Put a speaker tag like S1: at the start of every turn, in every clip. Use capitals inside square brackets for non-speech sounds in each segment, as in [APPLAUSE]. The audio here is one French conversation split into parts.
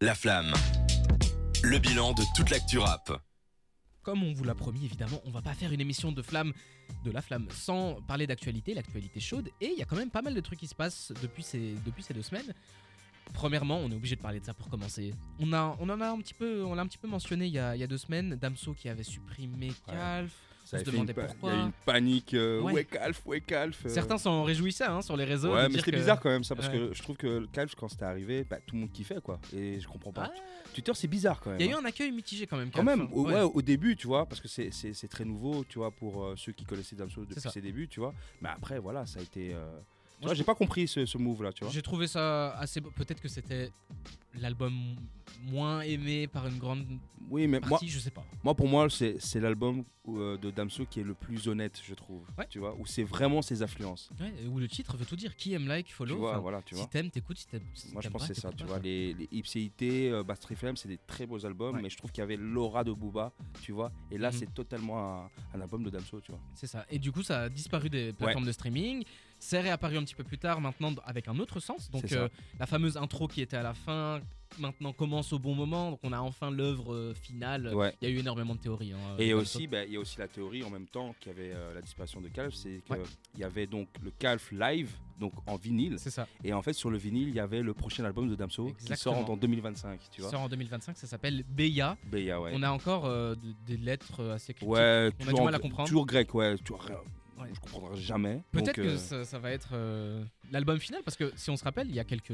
S1: La Flamme. Le bilan de toute l'actu rap.
S2: Comme on vous l'a promis, évidemment, on va pas faire une émission de flamme, de la flamme, sans parler d'actualité, l'actualité chaude. Et il y a quand même pas mal de trucs qui se passent depuis ces, depuis ces deux semaines. Premièrement, on est obligé de parler de ça pour commencer. On, a, on en a un petit peu, on l'a un petit peu mentionné il y a, il y a deux semaines. Damso qui avait supprimé
S3: Ouais.
S2: Calf.
S3: Ça
S2: on
S3: avait
S2: se
S3: fait
S2: demandait
S3: une pa-
S2: pourquoi.
S3: Il y a eu une panique. Euh,
S2: Ouais.
S3: ouais. Calf, ouais, Calf. euh.
S2: Certains s'en réjouissaient hein, sur les réseaux.
S3: Ouais,
S2: de
S3: mais
S2: dire
S3: c'était
S2: que-
S3: bizarre quand même ça, parce
S2: Ouais.
S3: que je trouve que le Calf, quand c'était arrivé, bah, tout le monde kiffait, quoi. Et je comprends pas.
S2: Ah.
S3: Twitter, c'est bizarre quand même.
S2: Il y a eu
S3: hein.
S2: un accueil mitigé quand même.
S3: Quand
S2: Calf,
S3: même,
S2: hein.
S3: au,
S2: Ouais.
S3: ouais, au début, tu vois, parce que c'est- c'est c'est très nouveau, tu vois, pour euh, ceux qui connaissaient Damso depuis
S2: ça.
S3: ses débuts, tu vois. Mais après, voilà, ça a été. euh, Tu
S2: Moi,
S3: vois,
S2: je
S3: j'ai pas compris ce, ce move là, tu vois.
S2: J'ai trouvé ça assez. beau. Peut-être que c'était l'album moins aimé par une grande
S3: Oui, mais moi,
S2: partie, je sais pas.
S3: moi pour moi, c'est c'est l'album où, euh, de Damso qui est le plus honnête, je trouve.
S2: Ouais.
S3: Tu vois, où c'est vraiment ses influences.
S2: Ouais, où le titre veut tout dire. Qui aime like,
S3: Tu
S2: follow.
S3: vois,
S2: enfin,
S3: voilà, tu vois.
S2: si t'aimes, t'écoutes. Si t'aimes, si
S3: Moi, je
S2: t'aimes
S3: pense
S2: pas,
S3: que c'est ça,
S2: t'écoutes
S3: tu
S2: pas,
S3: vois. Les, les Ipséité, euh, Bass Tri Femme, c'est des très beaux albums,
S2: Ouais.
S3: mais je trouve qu'il y avait l'aura de Booba, tu vois. Et là,
S2: Mhm.
S3: c'est totalement un, un album de Damso, tu vois.
S2: C'est ça. Et du coup, ça a disparu des plateformes de streaming. C'est réapparu un petit peu plus tard, maintenant avec un autre sens. Donc,
S3: C'est ça.
S2: euh, la fameuse intro qui était à la fin, maintenant commence au bon moment. Donc, on a enfin l'œuvre euh, finale.
S3: Ouais.
S2: Il y a eu énormément de théories. hein,
S3: Et il y, a
S2: dans le
S3: aussi, bah, il y a aussi la théorie en même temps qu'il y avait euh, la disparition de Calf, c'est qu'il
S2: Ouais.
S3: y avait donc le Calf live, donc en vinyle.
S2: top. C'est ça.
S3: Et en fait, sur le vinyle, il y avait le prochain album de Damso qui
S2: Exactement.
S3: sort en 2025, tu vois.
S2: sort en 2025, ça s'appelle Beya.
S3: Béa, ouais.
S2: On a encore euh, de- des lettres assez critiques.
S3: Ouais,
S2: On a
S3: toujours
S2: du mal
S3: en-
S2: à comprendre.
S3: Toujours grec, ouais. Tu vois,
S2: Ouais.
S3: Je comprendrai jamais.
S2: Peut-être
S3: Donc,
S2: que
S3: euh,
S2: ça, ça va être euh, l'album final, parce que si on se rappelle, il y a quelques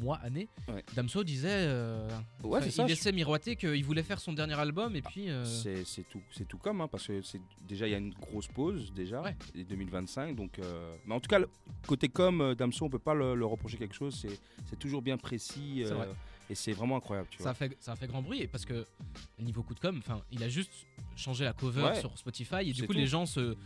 S2: mois, années,
S3: Ouais.
S2: Damso disait, euh,
S3: Ouais,
S2: enfin,
S3: c'est
S2: il
S3: ça, je- Ah,
S2: laissait miroiter qu'il voulait faire son dernier album, et puis... euh,
S3: C'est c'est tout, c'est tout comme, hein, parce que c'est déjà il y a une grosse pause déjà,
S2: Ouais.
S3: et 2025. Donc, euh, mais en tout cas, le- côté comme Damso, on peut pas le, le reprocher quelque chose. C'est c'est toujours bien précis euh,
S2: C'est vrai.
S3: et c'est vraiment incroyable. Tu
S2: ça, a fait, ça a fait grand bruit, et parce que niveau coup de com, enfin, il a juste changé la cover
S3: Ouais.
S2: sur Spotify, et du
S3: C'est
S2: coup
S3: tout.
S2: les gens se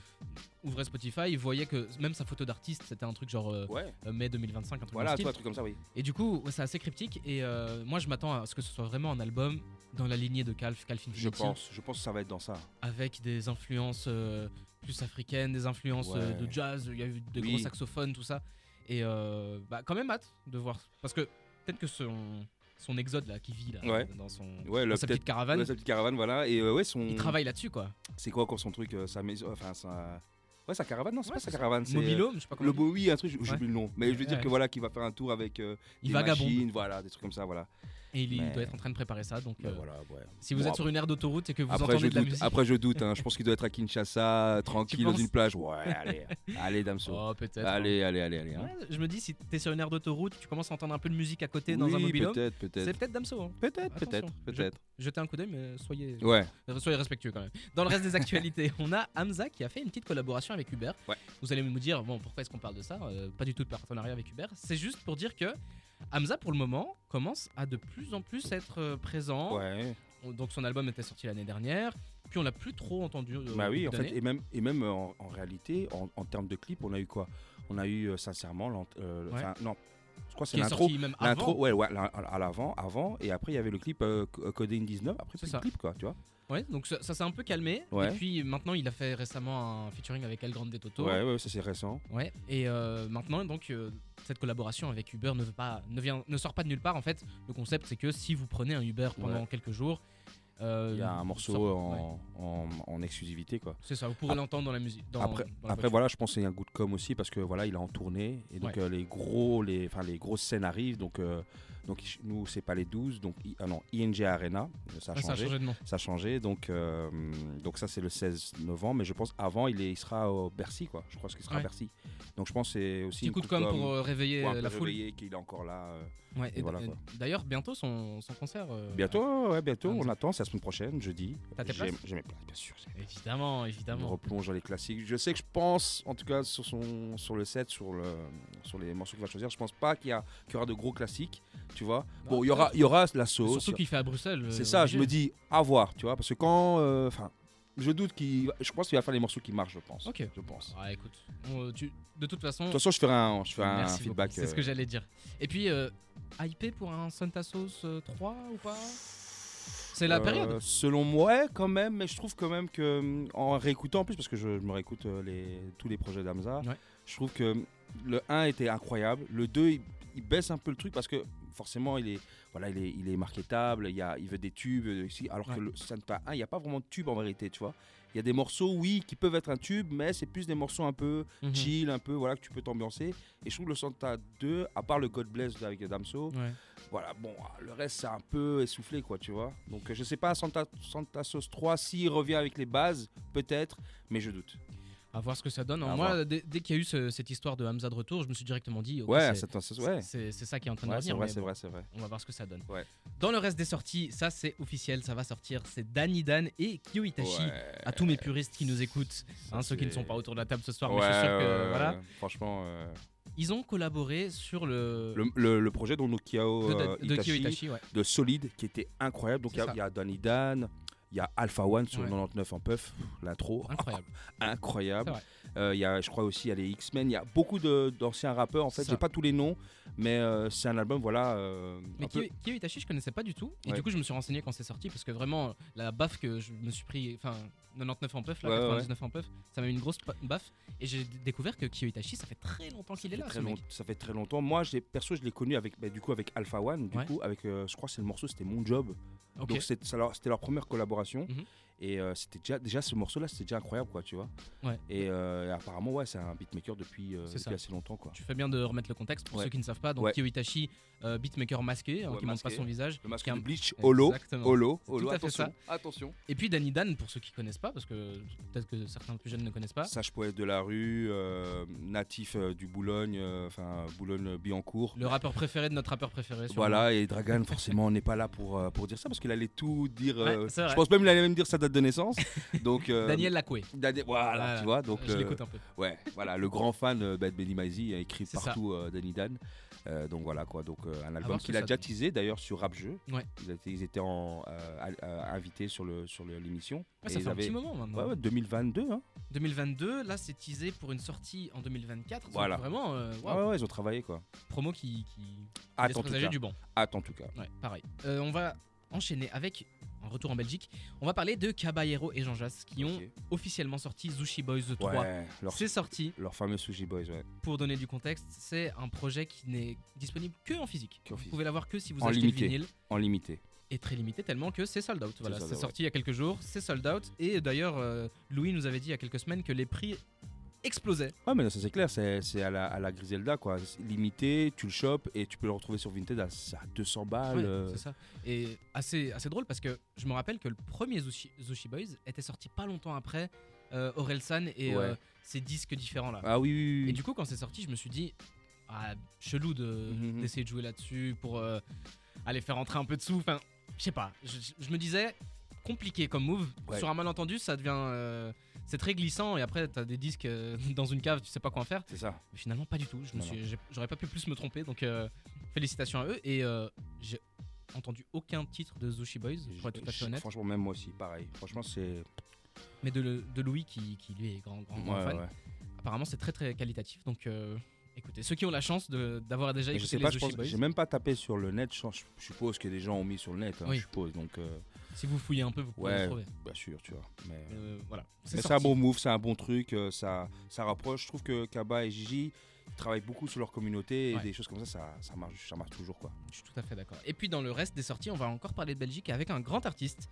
S2: ouvraient Spotify, ils voyaient que même sa photo d'artiste, c'était un truc genre euh,
S3: vois. Ouais.
S2: euh, mai 2025, un truc dans
S3: Voilà,
S2: le
S3: tu
S2: style.
S3: vois, un truc comme ça, oui.
S2: Et du coup, ouais, c'est assez cryptique. Et euh, moi, je m'attends à ce que ce soit vraiment un album dans la lignée de Calf, Calf Infinity,
S3: Je pense, je pense que ça va être dans ça.
S2: avec des influences euh, plus africaines, des influences
S3: Ouais.
S2: euh, de jazz. Il y a eu des
S3: Oui.
S2: gros saxophones, tout ça. Et euh, bah, quand même hâte de voir, parce que peut-être que son son exode là, qui vit là,
S3: Ouais.
S2: dans son
S3: Ouais,
S2: dans
S3: là,
S2: sa
S3: peut-être-
S2: petite caravane,
S3: Ouais, sa petite caravane, voilà. Et euh, ouais, son.
S2: il travaille là-dessus quoi.
S3: C'est quoi encore son truc, euh, sa maison, enfin sa. Ouais, sa caravane, non, c'est
S2: Ouais,
S3: pas
S2: c'est
S3: sa caravane, c'est. euh,
S2: Mobilhome, je sais pas
S3: Le
S2: comment. on dit.
S3: beau, oui, un truc, j'ai j'ai
S2: Ouais.
S3: oublié le nom. Mais je veux dire
S2: Ouais.
S3: que voilà, qu'il va faire un tour avec euh,
S2: Il
S3: des
S2: vagabonde.
S3: machines, voilà, des trucs comme ça, voilà.
S2: Et il, il
S3: Mais-
S2: doit être en train de préparer ça. Donc,
S3: Mais
S2: euh,
S3: Bah, voilà, ouais.
S2: si vous
S3: Bon,
S2: êtes sur une aire d'autoroute et que vous
S3: Après je,
S2: entendez de la
S3: doute,
S2: musique,
S3: après, je doute. hein. Je pense qu'il doit être à
S2: [LAUGHS]
S3: Kinshasa, tranquille, dans
S2: penses
S3: une plage. Ouais, allez, hein. allez, Damso.
S2: oh, peut-être.
S3: allez, allez, allez, allez. hein.
S2: Ouais, je me dis, si t'es sur une aire d'autoroute, tu commences à entendre un peu de musique à côté dans
S3: Oui,
S2: un mobilhome,
S3: Peut-être,
S2: c'est
S3: peut-être.
S2: peut-être Damso. hein.
S3: Peut-être,
S2: Attention,
S3: peut-être,
S2: je-
S3: peut-être.
S2: Jetez un coup d'œil, mais soyez,
S3: Ouais,
S2: soyez respectueux quand même. Dans le reste des
S3: [LAUGHS]
S2: actualités, on a Hamza qui a fait une petite collaboration avec Uber.
S3: Ouais.
S2: Vous allez me dire, bon, pourquoi est-ce qu'on parle de ça Euh, Pas du tout de partenariat avec Uber. C'est juste pour dire que Hamza, pour le moment, commence à de plus en plus être euh, présent.
S3: ouais.
S2: On- Donc son album était sorti l'année dernière, puis on l'a plus trop entendu. euh,
S3: bah
S2: au
S3: oui,
S2: bout
S3: en fait,
S2: d'années.
S3: et même, et même euh, en, en réalité, en, en termes de clip, on a eu quoi On a eu euh, sincèrement, l'ent- euh,
S2: Ouais.
S3: enfin, non, je crois que c'est
S2: qui est
S3: l'intro.
S2: sorti même
S3: L'intro,
S2: avant.
S3: ouais, ouais, l'in- à l'avant, avant, et après il y avait le clip euh, C- euh, Coding 19, après
S2: C'est
S3: c'est
S2: ça.
S3: le clip, quoi, tu vois.
S2: Ouais, donc ça, ça s'est un peu calmé.
S3: Ouais.
S2: Et puis maintenant, il a fait récemment un featuring avec El Grande Toto.
S3: Ouais, ouais, ça c'est récent.
S2: Ouais, et euh, maintenant, donc, euh, cette collaboration avec Uber ne, veut pas, ne, vient, ne sort pas de nulle part. En fait, le concept, c'est que si vous prenez un Uber pendant quelques jours, euh,
S3: Il y a un
S2: vous
S3: morceau
S2: sortez- ouais,
S3: en- en- en exclusivité, quoi.
S2: c'est ça, vous pourrez
S3: Ap-
S2: l'entendre dans la musique. Dans,
S3: après,
S2: dans la
S3: après
S2: voiture.
S3: voilà, je pense qu'il y a un goût de com aussi parce que voilà, il est en tournée et donc
S2: Ouais.
S3: euh, les gros, les, enfin les grosses scènes arrivent. Donc, euh, donc ich- nous c'est pas les 12, donc I- ah non, ING Arena, euh, ça a
S2: Ouais, Ah, ça a
S3: changé,
S2: changé de nom.
S3: ça a changé. Donc, euh, donc ça c'est le 16 novembre, mais je pense avant il, est, il sera au Bercy quoi. Je crois qu'il sera
S2: Ouais.
S3: à Bercy. Donc je pense que c'est aussi
S2: Petit
S3: une
S2: coup de com pour euh,
S3: pour
S2: réveiller
S3: un
S2: euh,
S3: peu
S2: la foule.
S3: réveiller qu'il est encore là. euh.
S2: Ouais, et
S3: Et voilà,
S2: d-
S3: quoi.
S2: D'ailleurs, bientôt son, son concert. euh,
S3: Bientôt, ouais, bientôt.
S2: Hamza.
S3: On attend, c'est la semaine prochaine, jeudi.
S2: T'as tes
S3: J'ai
S2: places
S3: j'ai mes places, bien sûr. j'ai mes places.
S2: Évidemment,
S3: On
S2: évidemment.
S3: replonge dans les classiques. Je sais que je pense, en tout cas sur, son, sur le set, sur, le, sur les morceaux qu'il va choisir, je pense pas qu'il y, a- qu'il y aura de gros classiques, tu vois.
S2: Non,
S3: Bon, il y aura, il y aura la sauce.
S2: Bah, Surtout qu'il fait à Bruxelles. euh,
S3: C'est ça, je
S2: obligé.
S3: me dis, à voir, tu vois. Parce que quand. euh, Enfin, je doute qu'il. va- Je pense qu'il va faire les morceaux qui marchent, je pense.
S2: Ok.
S3: Je pense.
S2: Ouais, écoute, on- tu- de toute façon,
S3: De toute façon, je ferai un, je ferai un
S2: Merci
S3: feedback.
S2: beaucoup, C'est ce que
S3: euh,
S2: j'allais dire. Et puis, euh, hypé pour un Santa Sauce euh, 3 ou pas C'est la
S3: Euh,
S2: période.
S3: Selon moi, ouais, quand même, mais je trouve quand même que hum, en réécoutant en plus, parce que je, je me réécoute euh, les, tous les projets d'Amza,
S2: Ouais.
S3: je trouve que hum, le 1 était incroyable, le 2 il, il baisse un peu le truc parce que forcément, il est, voilà, il est, il est marketable, il, y a, il veut des tubes, euh, ici, alors
S2: Ouais.
S3: que le Santa 1, il n'y a pas vraiment de tube en vérité, tu vois. Il y a des morceaux, oui, qui peuvent être un tube, mais c'est plus des morceaux un peu
S2: Mhm.
S3: chill, un peu, voilà, que tu peux t'ambiancer. Et je trouve le Santa 2, à part le God Bless avec Damso,
S2: Mhm. Ouais.
S3: voilà, bon, ah, le reste, c'est un peu essoufflé, quoi, tu vois. Donc, euh, je sais pas, Santa, Santa Sauce 3, s'il revient avec les bases, peut-être, mais je doute.
S2: À voir ce que ça donne.
S3: À
S2: Moi,
S3: voir.
S2: dès, dès qu'il y a eu ce- cette histoire de Hamza de retour, je me suis directement dit, ok,
S3: ouais,
S2: c'est,
S3: Santa Sauce, ouais.
S2: c'est- c'est ça qui est en train de
S3: Ouais, c'est
S2: revenir.
S3: vrai,
S2: mais
S3: c'est
S2: bon,
S3: vrai, c'est vrai.
S2: On va voir ce que ça donne.
S3: Ouais.
S2: Dans le reste des sorties, ça c'est officiel, ça va sortir. C'est Danny Dan et Kyo Itachi.
S3: Ouais.
S2: À tous mes puristes qui nous écoutent, hein, ceux qui ne sont pas autour de la table ce soir, mais je suis sûr que voilà,
S3: Franchement, euh,
S2: ils ont collaboré sur le,
S3: le, le- le projet dont Nokiao
S2: de,
S3: euh,
S2: de Kyo
S3: Itachi,
S2: Itachi, ouais.
S3: de Solid qui était incroyable. Donc
S2: C'est
S3: il y a-
S2: ça.
S3: il y, a Danny Dan, il y a Alpha One sur
S2: Ouais.
S3: 99 en puff, l'intro
S2: incroyable.
S3: [LAUGHS] incroyable.
S2: C'est vrai.
S3: Euh, Il y a, je crois aussi, il y a les X-Men, il y a beaucoup de- d'anciens rappeurs en fait.
S2: Ça.
S3: J'ai pas tous les noms, mais euh, c'est un album voilà. euh,
S2: Mais
S3: un peu-
S2: Kyo, Kyo Itachi, je connaissais pas du tout. Et
S3: Ouais.
S2: du coup, je me suis renseigné quand c'est sorti parce que vraiment, la baffe que je me suis pris, enfin, 99 en puff, là,
S3: Ouais, ouais,
S2: 99 en puff, ça m'a mis une grosse pa- baffe. Et j'ai d- découvert que Kyo Itachi, ça fait très longtemps qu'il est
S3: fait
S2: là,
S3: très
S2: ce mec.
S3: long- ça fait très longtemps. Moi, j'ai- perso, je l'ai connu avec, bah, du coup, avec Alpha One. Du
S2: Ouais.
S3: coup, avec, euh, je crois, que c'est le morceau, c'était mon job.
S2: Ok.
S3: Donc c'est- ça leur- c'était leur première collaboration.
S2: Mhm.
S3: Et euh, c'était déjà, déjà ce morceau-là, c'était déjà incroyable, quoi, tu vois.
S2: Ouais.
S3: Et, euh, et apparemment, ouais, c'est un beatmaker depuis, euh,
S2: C'est
S3: depuis
S2: ça.
S3: assez longtemps, quoi.
S2: Tu fais bien de remettre le contexte pour
S3: Ouais.
S2: ceux qui ne savent pas. Donc,
S3: Ouais.
S2: Kyo Itachi, euh, beatmaker masqué, hein,
S3: Ouais,
S2: qui montre pas
S3: masqué.
S2: son visage.
S3: Le masque
S2: Qui est
S3: de
S2: un-
S3: Bleach, holo,
S2: Exactement.
S3: holo,
S2: C'est
S3: holo,
S2: tout à fait
S3: attention, attention.
S2: Et puis Danny Dan, pour ceux qui connaissent pas, parce que peut-être que certains plus jeunes ne connaissent pas.
S3: Sage poète de la rue, euh, natif euh, du Boulogne, euh, enfin Boulogne-Billancourt.
S2: Le rappeur préféré de notre rappeur préféré. sûrement.
S3: Voilà, et Dragan, forcément, on n'est pas là pour, euh, pour dire ça, parce qu'il allait tout dire.
S2: Ouais,
S3: euh,
S2: c'est vrai.
S3: je pense même qu'il allait même dire sa date de naissance. Donc, euh,
S2: Daniel Lacoué.
S3: Daniel- voilà,
S2: Voilà.
S3: tu vois. Donc,
S2: je
S3: euh,
S2: l'écoute un peu.
S3: Ouais, voilà, le grand fan euh, bah, de Benny Maizy a écrit
S2: C'est ça.
S3: partout euh, Danny Dan. Euh, donc voilà quoi, donc euh, un
S2: voir
S3: album
S2: ce
S3: qu'il
S2: que
S3: a
S2: ça
S3: déjà
S2: donne.
S3: teasé d'ailleurs sur Rap Jeu.
S2: Ouais.
S3: Ils étaient, ils étaient en, euh, à- à- invités sur le sur le- l'émission.
S2: Ouais,
S3: Et
S2: ça
S3: ils
S2: fait un
S3: avaient-
S2: petit moment maintenant.
S3: Ouais, ouais, 2022. Hein.
S2: 2022, là c'est teasé pour une sortie en 2024. donc
S3: Voilà.
S2: Vraiment, euh,
S3: Ouais,
S2: wow.
S3: ouais, ils ont travaillé quoi.
S2: promo qui, qui laisse
S3: Attends Ah, tout
S2: présager
S3: cas.
S2: du banc.
S3: Attends tout cas.
S2: Ouais, pareil. Euh, on va enchaîner avec un retour en Belgique. On va parler de Caballero et Jean Jass qui ont
S3: Ok.
S2: officiellement sorti Zushi Boys 3.
S3: Ouais, leur,
S2: C'est sorti,
S3: leur fameux Sushi Boys, ouais.
S2: pour donner du contexte, c'est un projet qui n'est disponible que en physique.
S3: Que en
S2: Vous
S3: physique.
S2: pouvez l'avoir que si vous
S3: En
S2: achetez
S3: limité.
S2: le vinyle.
S3: En limité.
S2: est très limité tellement que c'est sold out. Voilà,
S3: sold
S2: c'est
S3: out,
S2: sorti il y a quelques jours, c'est sold out. Et d'ailleurs, euh, Louis nous avait dit il y a quelques semaines que les prix explosaient.
S3: Ouais, mais ça c'est clair, c'est c'est à la, à la Griselda quoi. Limité, tu le chopes et tu peux le retrouver sur Vinted à, à 200 balles.
S2: Ouais,
S3: euh,
S2: C'est ça. Et assez, assez drôle parce que je me rappelle que le premier Zushi, Zushi Boys était sorti pas longtemps après euh, Orelsan et
S3: Ouais.
S2: euh, ses disques différents là.
S3: Ah oui, oui, oui.
S2: Et du coup, quand c'est sorti, je me suis dit, ah, chelou de-
S3: Mhm.
S2: d'essayer de jouer là-dessus pour euh, aller faire entrer un peu de sous. Enfin, je sais pas. Je, je- je me disais, compliqué comme move.
S3: Ouais.
S2: Sur un malentendu, ça devient. euh, c'est très glissant et après, t'as des disques euh, [LAUGHS] dans une cave, tu sais pas quoi en faire.
S3: C'est ça.
S2: Mais finalement, pas du tout. Je me
S3: Non,
S2: suis- j'ai- J'aurais pas pu plus me tromper. Donc, euh, félicitations à eux. Et euh, j'ai entendu aucun titre de Zushi Boys, pour être tout à fait
S3: Je-
S2: honnête.
S3: Franchement, même moi aussi, pareil. Franchement, c'est.
S2: Mais de, de Louis, qui, qui, lui est grand, grand, grand
S3: Ouais,
S2: fan.
S3: ouais.
S2: Apparemment, c'est très très qualitatif. Donc, euh, écoutez, ceux qui ont la chance de- d'avoir déjà
S3: Mais Je
S2: écouté
S3: sais
S2: les
S3: pas, je
S2: Zushi
S3: pense-
S2: Boys,
S3: j'ai même pas tapé sur le net. Je je suppose que des gens ont mis sur le net. hein,
S2: Oui.
S3: Je suppose, donc euh,
S2: si vous fouillez un peu, vous pouvez
S3: Ouais.
S2: les trouver.
S3: bien sûr, tu vois. Mais, mais
S2: Euh, voilà.
S3: c'est un
S2: sorti.
S3: bon move, c'est un bon truc. euh, ça, ça rapproche. Je trouve que Kaba et Gigi ils travaillent beaucoup sur leur communauté et
S2: Ouais.
S3: des choses comme ça, ça, ça marche, ça marche toujours quoi.
S2: Je suis tout à fait d'accord. Et puis dans le reste des sorties, on va encore parler de Belgique avec un grand artiste.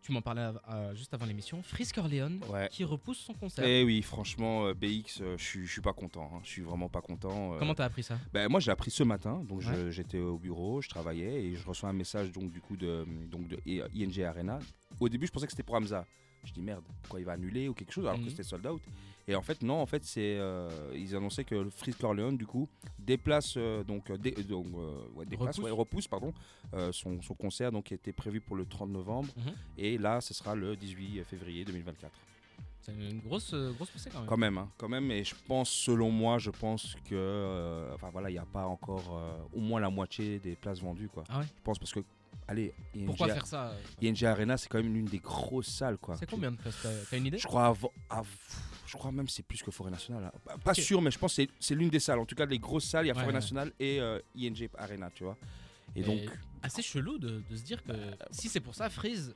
S2: Tu m'en parlais av- euh, juste avant l'émission, Frisk Orleans,
S3: Ouais.
S2: qui repousse son concert.
S3: Eh oui, franchement, euh, BX, euh, je suis- je suis pas content. hein. Je suis vraiment pas content. euh,
S2: Comment t'as appris ça
S3: Ben, moi, j'ai appris ce matin. Donc, je- j'étais au bureau, je travaillais et je reçois un message donc du coup de donc de I- ING Arena. Au début, je pensais que c'était pour Hamza. Je dis merde, quoi, il va annuler ou quelque chose alors
S2: Mhm.
S3: que c'était sold out. Et en fait, non, en fait, c'est euh, ils annonçaient que le Frisk Orleans du coup déplace euh, donc euh, dé- donc euh, ouais, déplace,
S2: Repousse.
S3: ouais, repousse pardon euh, son, son concert donc qui était prévu pour le 30 novembre
S2: Mhm.
S3: et là, ce sera le 18 février 2024.
S2: C'est une grosse, euh, grosse poussée quand même.
S3: Quand même, hein, quand même. Et je pense, selon moi, je pense que, euh, enfin voilà, il n'y a pas encore euh, au moins la moitié des places vendues, quoi.
S2: Ah ouais
S3: Je pense parce que, allez, E ING,
S2: Pourquoi faire ça euh,
S3: ING E Arena, c'est quand même l'une des grosses salles, quoi.
S2: C'est combien de places T'as t'as une idée
S3: Je crois avant- av- je crois même c'est plus que Forêt Nationale. hein. Bah, Pas
S2: Ok.
S3: sûr, mais je pense que c'est- c'est l'une des salles. En tout cas, les grosses salles, il y a
S2: Ouais,
S3: Forêt
S2: ouais.
S3: Nationale et euh, ING Arena, tu vois. Et,
S2: Et
S3: donc, Bah,
S2: Assez chelou de, de se dire que si c'est pour ça, Freeze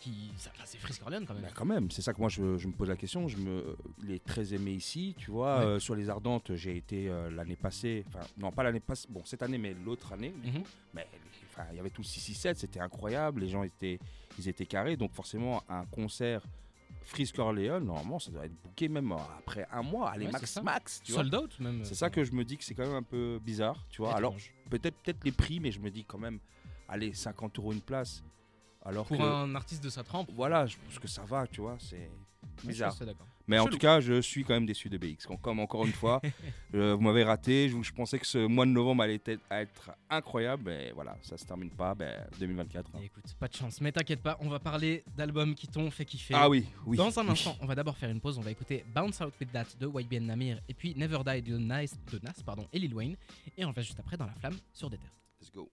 S2: qui. ça- enfin, c'est Frisk Orléans quand même.
S3: Bah, quand même, c'est ça que moi je, je me pose la question. Je me, il est très aimé ici, tu vois.
S2: Ouais.
S3: Euh, sur les Ardentes, j'ai été euh, l'année passée, enfin non pas l'année passée, bon cette année mais l'autre année.
S2: Mhm.
S3: Mais enfin, il y avait tout 667, c'était incroyable. Les gens étaient, ils étaient carrés, donc forcément un concert Frisk Orléans, normalement ça doit être booké même après un mois, allez
S2: Ouais, c'est
S3: max
S2: ça.
S3: max, tu vois.
S2: Sold out même.
S3: C'est ça que je me dis que c'est quand même un peu bizarre, tu vois. Alors
S2: Étrange.
S3: peut-être peut-être les prix, mais je me dis quand même, allez 50 euros une place. Alors
S2: Pour
S3: que-
S2: un artiste de sa trempe.
S3: voilà, je pense que ça va, tu vois, c'est bizarre.
S2: Je suis d'accord.
S3: Mais en
S2: chelou.
S3: tout cas, je suis quand même déçu de BX. Comme- Comme encore une
S2: [LAUGHS]
S3: fois, euh, vous m'avez raté. Je, je pensais que ce mois de novembre allait être, être incroyable. Mais voilà, ça se termine pas. Ben, 2024. hein.
S2: Et écoute, pas de chance. Mais t'inquiète pas, on va parler d'albums qui t'ont fait kiffer.
S3: Ah oui, oui.
S2: Dans un
S3: oui.
S2: instant, on va d'abord faire une pause. On va écouter Bounce Out With That de YBN Namir et puis Never Die de, Nas- de Nas pardon, et Lil Wayne. Et on revient juste après dans la flamme sur des terres.
S3: [LAUGHS] Let's go.